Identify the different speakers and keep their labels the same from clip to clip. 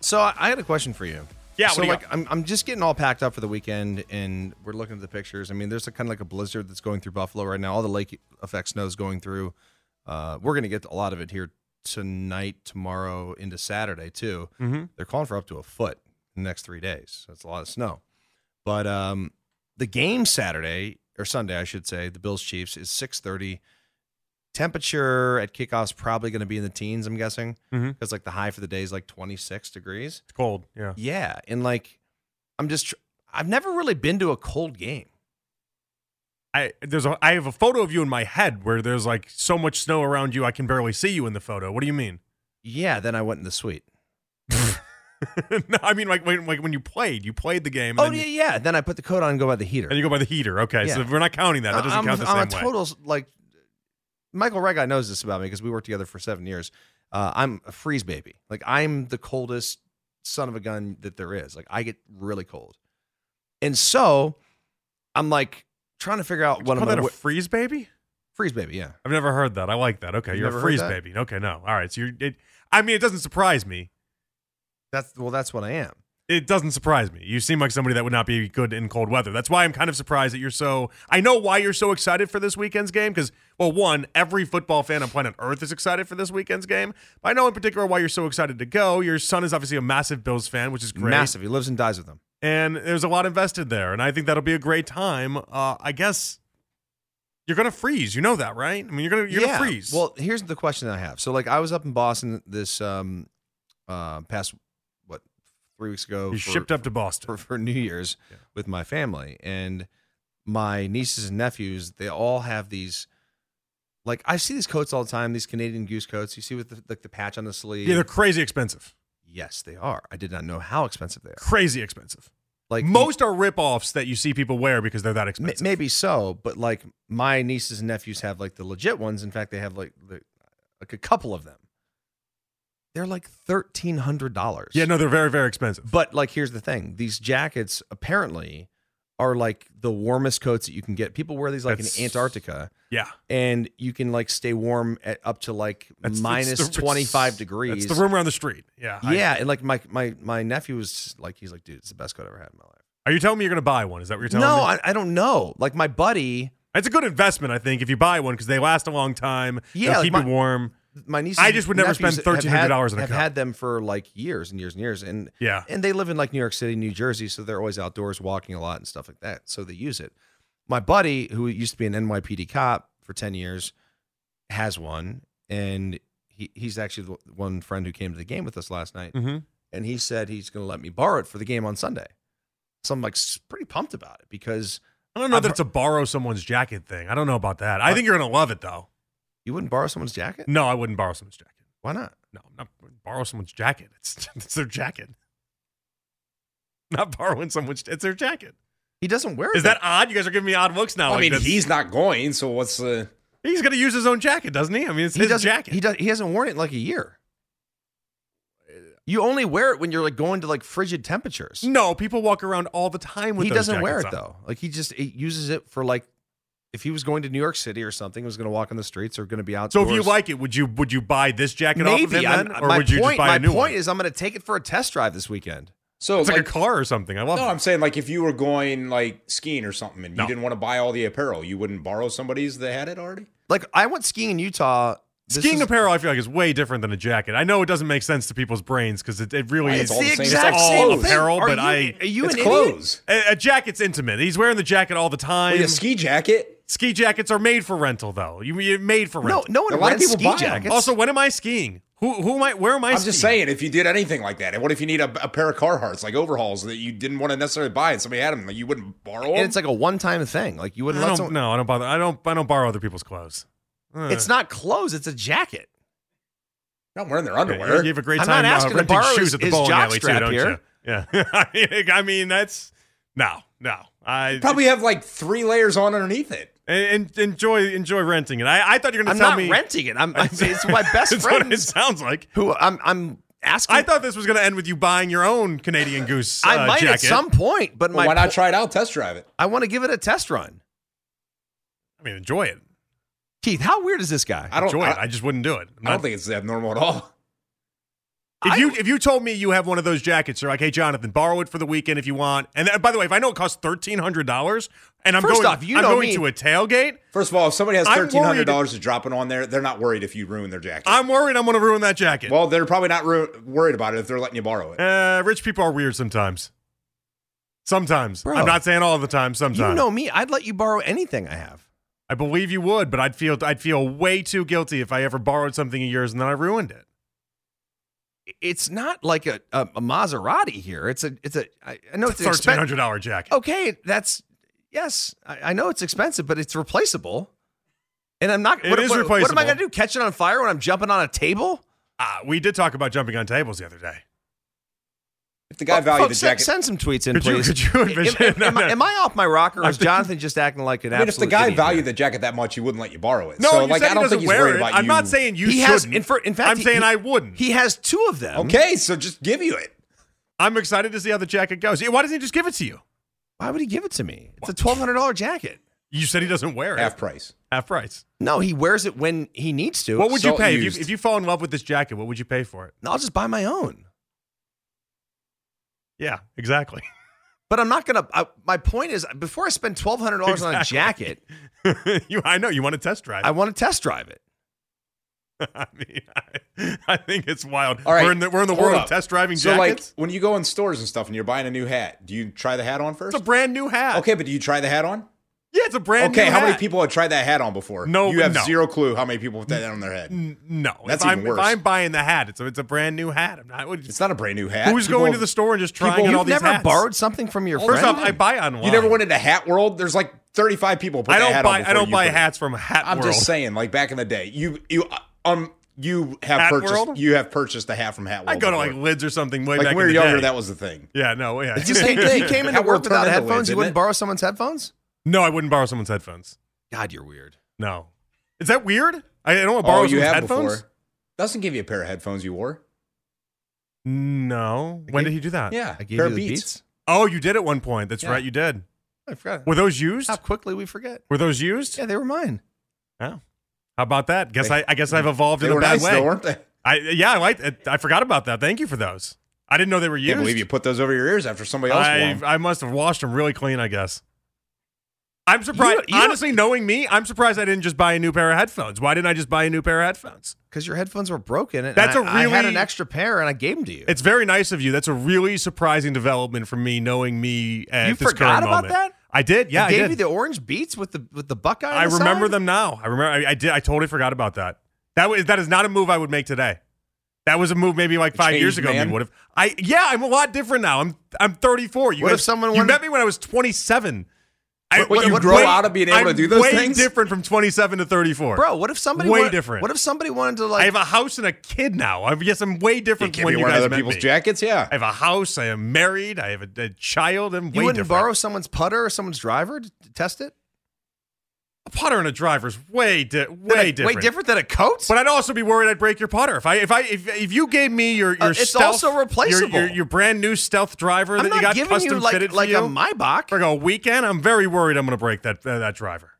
Speaker 1: So I, I had a question for you.
Speaker 2: Yeah, what
Speaker 1: So
Speaker 2: do you
Speaker 1: like, I'm I'm just getting all packed up for the weekend, and we're looking at the pictures. I mean, there's a kind of like a blizzard that's going through Buffalo right now. All the lake effect snow is going through. Uh, we're gonna get a lot of it here tonight, tomorrow, into Saturday too.
Speaker 2: Mhm.
Speaker 1: They're calling for up to a foot in the next three days. That's a lot of snow. But um, the game Saturday or Sunday, I should say, the Bills Chiefs is 6:30. Temperature at kickoff's probably going to be in the teens. I'm guessing because
Speaker 2: Mhm.
Speaker 1: like the high for the day is like 26 degrees.
Speaker 2: It's cold. Yeah.
Speaker 1: Yeah, and like I'm just tr- I've never really been to a cold game.
Speaker 2: I there's a I have a photo of you in my head where there's like so much snow around you I can barely see you in the photo. What do you mean?
Speaker 1: Yeah, then I went in the suite.
Speaker 2: no, I mean like when like when you played, you played the game. And
Speaker 1: Oh
Speaker 2: then you-
Speaker 1: yeah, yeah. Then I put the coat on and go by the heater.
Speaker 2: And you go by the heater. Okay, so
Speaker 1: Yeah. Uh,
Speaker 2: we're not counting that. That doesn't
Speaker 1: I'm,
Speaker 2: count the
Speaker 1: I'm
Speaker 2: same
Speaker 1: a
Speaker 2: way.
Speaker 1: total s- like Michael Regai knows this about me because we worked together for seven years. Uh, I'm a freeze baby. Like I'm the coldest son of a gun that there is. Like I get really cold, and so I'm like trying to figure out what I'm
Speaker 2: Call that
Speaker 1: gonna
Speaker 2: a
Speaker 1: wear-
Speaker 2: freeze baby?
Speaker 1: freeze baby. Yeah,
Speaker 2: I've never heard that. I like that. Okay,
Speaker 1: You've
Speaker 2: you're
Speaker 1: never
Speaker 2: a
Speaker 1: heard
Speaker 2: freeze
Speaker 1: that?
Speaker 2: baby. Okay, no. All right, so you're. It, I mean, it doesn't surprise me.
Speaker 1: that's well, that's what I am.
Speaker 2: It doesn't surprise me. You seem like somebody that would not be good in cold weather. That's why I'm kind of surprised that you're so. I know why you're so excited for this weekend's game because, well, one, every football fan on planet Earth is excited for this weekend's game. But I know in particular why you're so excited to go. Your son is obviously a massive Bills fan, which is great.
Speaker 1: Massive. He lives and dies with them.
Speaker 2: and there's a lot invested there, and I think that'll be a great time. Uh, I guess you're gonna freeze. You know that, right? I mean, you're gonna you're
Speaker 1: Yeah.
Speaker 2: gonna freeze.
Speaker 1: Well, here's the question I have. So like I was up in Boston this um uh past what three weeks ago.
Speaker 2: you
Speaker 1: for-
Speaker 2: shipped up to Boston.
Speaker 1: for, for New Year's
Speaker 2: Yeah.
Speaker 1: with my family and my nieces and nephews. They all have these. Like I see these coats all the time. These Canadian goose coats. You see with the, like the patch on the sleeve.
Speaker 2: yeah, they're crazy expensive.
Speaker 1: yes, they are. I did not know how expensive they are.
Speaker 2: Crazy expensive.
Speaker 1: Like
Speaker 2: Most are ripoffs that you see people wear because they're that
Speaker 1: M-
Speaker 2: expensive.
Speaker 1: maybe so, but like my nieces and nephews have like the legit ones. In fact, they have like the, like a couple of them. They're like thirteen hundred dollars.
Speaker 2: Yeah, no, they're very, very expensive.
Speaker 1: But like, here's the thing: these jackets apparently are like the warmest coats that you can get. People wear these like
Speaker 2: That's-
Speaker 1: in Antarctica,
Speaker 2: yeah,
Speaker 1: and you can like stay warm at up to like
Speaker 2: That's- that's the-
Speaker 1: twenty five degrees.
Speaker 2: It's the rumor on the street. Yeah. I-
Speaker 1: yeah, and like my my my nephew was like, he's like, dude, it's the best coat I ever had in my life.
Speaker 2: are you telling me you're going to buy one? Is that what you're telling
Speaker 1: No,
Speaker 2: me?
Speaker 1: I, I don't know. Like my buddy,
Speaker 2: it's a good investment, I think, if you buy one because they last a long time.
Speaker 1: Yeah,
Speaker 2: they'll
Speaker 1: like
Speaker 2: keep
Speaker 1: my-
Speaker 2: you warm.
Speaker 1: my niece,
Speaker 2: I just would never spend $1,300 on a
Speaker 1: I've
Speaker 2: coat.
Speaker 1: had them for like years and years and years, and
Speaker 2: Yeah.
Speaker 1: and they live in like New York City, New Jersey, so they're always outdoors walking a lot and stuff like that. So they use it. My buddy, who used to be an NYPD cop for 10 years, has one. And he, he's actually the one friend who came to the game with us last night.
Speaker 2: Mm-hmm.
Speaker 1: And he said he's going to let me borrow it for the game on Sunday. So I'm like s- pretty pumped about it because
Speaker 2: I don't know
Speaker 1: I've
Speaker 2: that
Speaker 1: heard-
Speaker 2: it's a borrow someone's jacket thing. I don't know about that. I think you're going to love it, though.
Speaker 1: you wouldn't borrow someone's jacket.
Speaker 2: No, I wouldn't borrow someone's jacket.
Speaker 1: Why not?
Speaker 2: No, I'm not borrow someone's jacket. It's, it's their jacket. Not borrowing someone's. It's their jacket.
Speaker 1: He doesn't wear
Speaker 2: Is
Speaker 1: that.
Speaker 2: that odd? You guys are giving me odd looks now.
Speaker 3: I
Speaker 2: like
Speaker 3: mean,
Speaker 2: this.
Speaker 3: he's not going, so what's the?
Speaker 2: he's going to use his own jacket, doesn't he? I mean, it's
Speaker 1: he
Speaker 2: his
Speaker 1: doesn't,
Speaker 2: jacket.
Speaker 1: He does. He hasn't worn it in like a year. You only wear it when you're like going to like frigid temperatures.
Speaker 2: No, people walk around all the time with.
Speaker 1: he
Speaker 2: those
Speaker 1: doesn't wear it
Speaker 2: jackets on.
Speaker 1: though. Like he just he uses it for like if he was going to New York City or something, was going to walk on the streets or going to be out.
Speaker 2: So if you like it, would you would you buy this jacket off of
Speaker 1: maybe
Speaker 2: him
Speaker 1: I'm-
Speaker 2: then, or
Speaker 1: my
Speaker 2: would you
Speaker 1: point,
Speaker 2: just buy
Speaker 1: my
Speaker 2: a new
Speaker 1: point
Speaker 2: one?
Speaker 1: is I'm going to take it for a test drive this weekend.
Speaker 3: So
Speaker 2: it's like, a car or something. I love.
Speaker 3: No,
Speaker 2: it.
Speaker 3: I'm saying like if you were going like skiing or something and
Speaker 2: No.
Speaker 3: you didn't want to buy all the apparel, you wouldn't borrow somebody's that had it already.
Speaker 1: Like I went skiing in Utah. This
Speaker 2: Skiing
Speaker 1: is-
Speaker 2: apparel, I feel like, is way different than a jacket. I know it doesn't make sense to people's brains because it, it really
Speaker 3: Right,
Speaker 2: is
Speaker 3: it's all the
Speaker 1: the
Speaker 3: same- it's
Speaker 1: exact
Speaker 2: all
Speaker 1: same thing.
Speaker 2: apparel,
Speaker 1: Are
Speaker 2: but
Speaker 1: you,
Speaker 2: I-
Speaker 1: are you
Speaker 3: it's
Speaker 1: an idiot?
Speaker 3: clothes.
Speaker 2: a, a jacket's intimate. He's wearing the jacket all the time.
Speaker 3: Well, yeah, ski jacket.
Speaker 2: Ski jackets are made for rental, though. You you're made for
Speaker 1: No,
Speaker 2: rental.
Speaker 1: no one
Speaker 3: A lot of
Speaker 1: rents
Speaker 3: people
Speaker 1: ski
Speaker 3: buy 'em.
Speaker 1: jackets.
Speaker 2: Also, when am I skiing? Who who am I? Where am I?
Speaker 3: I'm
Speaker 2: skiing?
Speaker 3: just saying, if you did anything like that, and what if you need a, a pair of Carhartts, like overhauls, that you didn't want to necessarily buy, and somebody had them, like you wouldn't borrow them.
Speaker 1: and it's like a one-time thing. Like you
Speaker 2: I
Speaker 1: wouldn't let
Speaker 2: don't,
Speaker 1: someone.
Speaker 2: no, I don't bother. I don't. I don't borrow other people's clothes.
Speaker 1: It's not clothes. It's a jacket.
Speaker 3: Not wearing their
Speaker 2: Yeah,
Speaker 3: underwear.
Speaker 2: You have a great
Speaker 1: I'm
Speaker 2: time
Speaker 1: not
Speaker 2: uh,
Speaker 1: asking to
Speaker 2: renting
Speaker 1: borrow
Speaker 2: shoes
Speaker 1: his-
Speaker 2: at the
Speaker 1: his
Speaker 2: bowling alley too,
Speaker 1: jockstrap
Speaker 2: don't you?
Speaker 1: here.
Speaker 2: Yeah. I mean, I mean, that's no, no. I
Speaker 3: Probably have like three layers on underneath it.
Speaker 2: and, and enjoy enjoy renting it. I, I thought you were going
Speaker 1: I'm
Speaker 2: to tell
Speaker 1: not
Speaker 2: me
Speaker 1: renting it. I'm, I'm it's my best
Speaker 2: That's what it
Speaker 1: friends
Speaker 2: sounds like.
Speaker 1: who I'm I'm asking.
Speaker 2: I thought this was going to end with you buying your own Canadian Goose.
Speaker 1: I
Speaker 2: uh,
Speaker 1: might
Speaker 2: jacket.
Speaker 1: at some point, but my
Speaker 3: why not
Speaker 1: po-
Speaker 3: try it out? Test drive it.
Speaker 1: I want to give it a test run.
Speaker 2: I mean, enjoy it.
Speaker 1: Keith, how weird is this guy?
Speaker 3: I don't.
Speaker 2: enjoy
Speaker 3: I,
Speaker 2: it. I just wouldn't do it. I'm
Speaker 3: I don't
Speaker 2: not-
Speaker 3: think it's abnormal at all.
Speaker 2: if you if you told me you have one of those jackets, you're like, hey, Jonathan, borrow it for the weekend if you want. And then, by the way, if I know it costs thirteen hundred dollars, and I'm
Speaker 1: First
Speaker 2: going,
Speaker 1: off, you
Speaker 2: I'm
Speaker 1: know
Speaker 2: going
Speaker 1: me.
Speaker 2: to a tailgate.
Speaker 3: First of all, if somebody has
Speaker 2: I'm worried-
Speaker 3: thirteen hundred dollars to drop it on there, they're not worried if you ruin their jacket.
Speaker 2: I'm worried I'm going to ruin that jacket.
Speaker 3: well, they're probably not ru- worried about it if they're letting you borrow it.
Speaker 2: Uh, rich people are weird sometimes. Sometimes.
Speaker 1: Bro.
Speaker 2: I'm not saying all the time. Sometimes.
Speaker 1: You know me. I'd let you borrow anything I have.
Speaker 2: I believe you would, but I'd feel I'd feel way too guilty if I ever borrowed something of yours and then I ruined it.
Speaker 1: It's not like a, a, a Maserati here. It's a it's a I I know it's,
Speaker 2: It's a thirteen
Speaker 1: expensive.
Speaker 2: hundred dollar jacket.
Speaker 1: Okay, that's yes. I, I know it's expensive, but it's replaceable. And I'm not.
Speaker 2: It
Speaker 1: what,
Speaker 2: is
Speaker 1: what- What am I
Speaker 2: replaceable.
Speaker 1: going to do? Catch it on fire when I'm jumping on a table?
Speaker 2: Ah, we did talk about jumping on tables the other day.
Speaker 3: If the guy
Speaker 1: Well,
Speaker 3: valued the
Speaker 1: folks, send-
Speaker 3: jacket,
Speaker 1: Send, some tweets in,
Speaker 2: Could you-
Speaker 1: please.
Speaker 2: could you envision-
Speaker 1: Am, am- am I- am I off my rocker, or is
Speaker 2: I think-
Speaker 1: Jonathan just acting like an
Speaker 3: I mean, if
Speaker 1: absolute
Speaker 3: the guy
Speaker 1: idiot
Speaker 3: valued
Speaker 1: here?
Speaker 3: the jacket that much, he wouldn't let you borrow it.
Speaker 2: No,
Speaker 3: so
Speaker 2: you
Speaker 3: like
Speaker 2: said
Speaker 3: I
Speaker 2: he
Speaker 3: don't
Speaker 2: doesn't
Speaker 3: think he's
Speaker 2: wear
Speaker 3: worried
Speaker 2: it.
Speaker 3: about
Speaker 2: I'm
Speaker 3: you.
Speaker 2: not saying you
Speaker 1: he
Speaker 2: shouldn't.
Speaker 1: has, in, fir- in fact,
Speaker 2: I'm
Speaker 1: he-
Speaker 2: saying
Speaker 1: he-
Speaker 2: I wouldn't.
Speaker 1: He has two of them.
Speaker 3: Okay, so just give you it.
Speaker 2: I'm excited to see how the jacket goes. Yeah, Why doesn't he just give it to you?
Speaker 1: Why would he give it to me? It's a twelve hundred dollar jacket.
Speaker 2: You said he doesn't wear it.
Speaker 3: Half price.
Speaker 2: Half price.
Speaker 1: No, he wears it when he needs to.
Speaker 2: What would you
Speaker 3: salt
Speaker 2: pay if
Speaker 3: used.
Speaker 2: you if you fall in love with this jacket? What would you pay for it?
Speaker 1: No, I'll just buy my own.
Speaker 2: Yeah, exactly.
Speaker 1: But I'm not gonna. I, my point is, before I spend twelve hundred dollars on a
Speaker 2: Exactly.
Speaker 1: jacket,
Speaker 2: you, I know you want to test drive.
Speaker 1: I want to test drive it.
Speaker 2: I mean, I, I think it's wild.
Speaker 3: All right,
Speaker 2: we're in the we're in the
Speaker 3: hold
Speaker 2: world
Speaker 3: up.
Speaker 2: of test driving
Speaker 3: So like
Speaker 2: jackets.
Speaker 3: when you go in stores and stuff and you're buying a new hat, do you try the hat on first?
Speaker 2: it's a brand new hat.
Speaker 3: Okay, but do you try the hat on?
Speaker 2: yeah, it's a brand new.
Speaker 3: okay, how many
Speaker 2: hat.
Speaker 3: people have tried that hat on before?
Speaker 2: No,
Speaker 3: you have
Speaker 2: no.
Speaker 3: zero clue how many people have that on their head.
Speaker 2: N- No,
Speaker 3: That's
Speaker 2: if
Speaker 3: even
Speaker 2: I'm,
Speaker 3: worse.
Speaker 2: If I'm buying the hat, it's a it's a brand new hat. I'm not.
Speaker 3: It's not a brand new hat.
Speaker 2: who's
Speaker 3: People
Speaker 2: going to
Speaker 3: have-
Speaker 2: the store and just trying
Speaker 1: You've
Speaker 2: on all these
Speaker 1: never
Speaker 2: hats?
Speaker 1: borrowed something from your
Speaker 2: First
Speaker 1: friend.
Speaker 2: off, I buy online.
Speaker 3: You never went into hat world? There's like 35 people put
Speaker 2: I
Speaker 3: that
Speaker 2: don't
Speaker 3: hat on
Speaker 2: buy.
Speaker 3: before
Speaker 2: I don't
Speaker 3: you
Speaker 2: buy
Speaker 3: put it.
Speaker 2: hats from Hat
Speaker 3: I'm
Speaker 2: World.
Speaker 3: just saying, like back in the day, you you uh, um you have
Speaker 2: Hat
Speaker 3: purchased
Speaker 2: World?
Speaker 3: you have purchased a hat from Hat World.
Speaker 2: I go to like
Speaker 3: before.
Speaker 2: lids or something way
Speaker 3: like
Speaker 2: back
Speaker 3: when we were
Speaker 2: in the
Speaker 3: younger,
Speaker 2: day.
Speaker 3: that was the thing.
Speaker 2: yeah, no, yeah.
Speaker 1: You came, you came into
Speaker 3: That
Speaker 1: work
Speaker 3: world
Speaker 1: without
Speaker 3: turned into
Speaker 1: headphones.
Speaker 3: lids,
Speaker 1: You
Speaker 3: didn't
Speaker 1: wouldn't
Speaker 3: it?
Speaker 1: borrow someone's headphones.
Speaker 2: no, I wouldn't borrow someone's headphones.
Speaker 1: God, you're weird.
Speaker 2: No, is that weird? I don't want to borrow
Speaker 3: oh, you
Speaker 2: someone's
Speaker 3: have
Speaker 2: headphones.
Speaker 3: before. Doesn't give you a pair of headphones you wore.
Speaker 2: No, when
Speaker 1: gave-
Speaker 2: did he do that?
Speaker 3: Yeah,
Speaker 1: I gave
Speaker 3: pair
Speaker 1: you
Speaker 3: of
Speaker 1: the
Speaker 3: Beats.
Speaker 1: Beats.
Speaker 2: Oh, you did at one point. That's
Speaker 3: Yeah.
Speaker 2: right, you did.
Speaker 1: I forgot
Speaker 2: Were those used?
Speaker 1: how quickly we forget.
Speaker 2: Were those used?
Speaker 1: Yeah, they were mine.
Speaker 2: Oh. How about that? Guess
Speaker 3: They-
Speaker 2: I, I guess I've evolved
Speaker 3: They
Speaker 2: in a
Speaker 3: were
Speaker 2: bad
Speaker 3: nice
Speaker 2: way.
Speaker 3: though, weren't they?
Speaker 2: I yeah, I like it. I forgot about that. Thank you for those. I didn't know they were used.
Speaker 3: Can't believe you put those over your ears after somebody else wore
Speaker 2: I,
Speaker 3: 'em.
Speaker 2: I must have washed them really clean, I guess. I'm surprised.
Speaker 1: You- you don't-
Speaker 2: Honestly, knowing me, I'm surprised I didn't just buy a new pair of headphones. Why didn't I just buy a new pair of headphones?
Speaker 1: Because your headphones were broken. And
Speaker 2: That's
Speaker 1: I,
Speaker 2: a
Speaker 1: I had
Speaker 2: really-
Speaker 1: an extra pair, and I gave them to you.
Speaker 2: It's very nice of you. That's a really surprising development from me, knowing me at
Speaker 1: You
Speaker 2: this
Speaker 1: forgot
Speaker 2: current
Speaker 1: about
Speaker 2: moment.
Speaker 1: that?
Speaker 2: I did. Yeah,
Speaker 1: I gave
Speaker 2: I did.
Speaker 1: you the orange beats with the with the Buckeye. on
Speaker 2: I
Speaker 1: the
Speaker 2: remember
Speaker 1: side?
Speaker 2: them now. I remember. I, I did. I totally forgot about that. That was that is not a move I would make today. That was a move maybe like five
Speaker 3: changed
Speaker 2: years ago.
Speaker 3: man.
Speaker 2: Maybe would have. I yeah. I'm a lot different now. I'm I'm 34. You
Speaker 1: What if
Speaker 2: guys-
Speaker 1: someone
Speaker 2: you
Speaker 1: wanted-
Speaker 2: met me when I was 27. I,
Speaker 3: What- what-
Speaker 2: you
Speaker 3: you grow
Speaker 2: way-
Speaker 3: out of being able to
Speaker 2: I'm
Speaker 3: do those
Speaker 2: way
Speaker 3: things?
Speaker 2: Different from 27 to 34,
Speaker 1: bro. What if somebody
Speaker 2: Way
Speaker 1: wa-
Speaker 2: different.
Speaker 1: What if somebody wanted to like?
Speaker 2: I have a house and a kid now. I'm, yes, I'm way
Speaker 3: You
Speaker 2: different from
Speaker 3: can't
Speaker 2: when
Speaker 3: be
Speaker 2: you
Speaker 3: wearing
Speaker 2: guys
Speaker 3: other
Speaker 2: met
Speaker 3: people's
Speaker 2: me.
Speaker 3: jackets. Yeah,
Speaker 2: I have a house. I am married. I have a, a child. I'm
Speaker 1: you
Speaker 2: way
Speaker 1: wouldn't
Speaker 2: different.
Speaker 1: borrow someone's putter or someone's driver to to test it.
Speaker 2: a putter and a driver's way di-
Speaker 1: Than
Speaker 2: way
Speaker 1: a-
Speaker 2: different.
Speaker 1: Way different than a coat.
Speaker 2: But I'd also be worried I'd break your putter if I if I if, if you gave me your your
Speaker 1: Uh, it's
Speaker 2: stealth,
Speaker 1: also replaceable.
Speaker 2: Your, your, your brand new stealth driver
Speaker 1: I'm
Speaker 2: that
Speaker 1: not
Speaker 2: you got
Speaker 1: giving
Speaker 2: custom
Speaker 1: you like
Speaker 2: fitted
Speaker 1: like
Speaker 2: for you
Speaker 1: a Maybach.
Speaker 2: for like a weekend. I'm very worried I'm going to break that uh, that driver.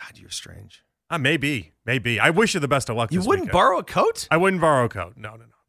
Speaker 1: God, you're strange.
Speaker 2: I may be, maybe. I wish you the best of luck.
Speaker 1: You
Speaker 2: this
Speaker 1: wouldn't
Speaker 2: weekend.
Speaker 1: borrow a coat.
Speaker 2: I wouldn't borrow a coat. No, no, no. I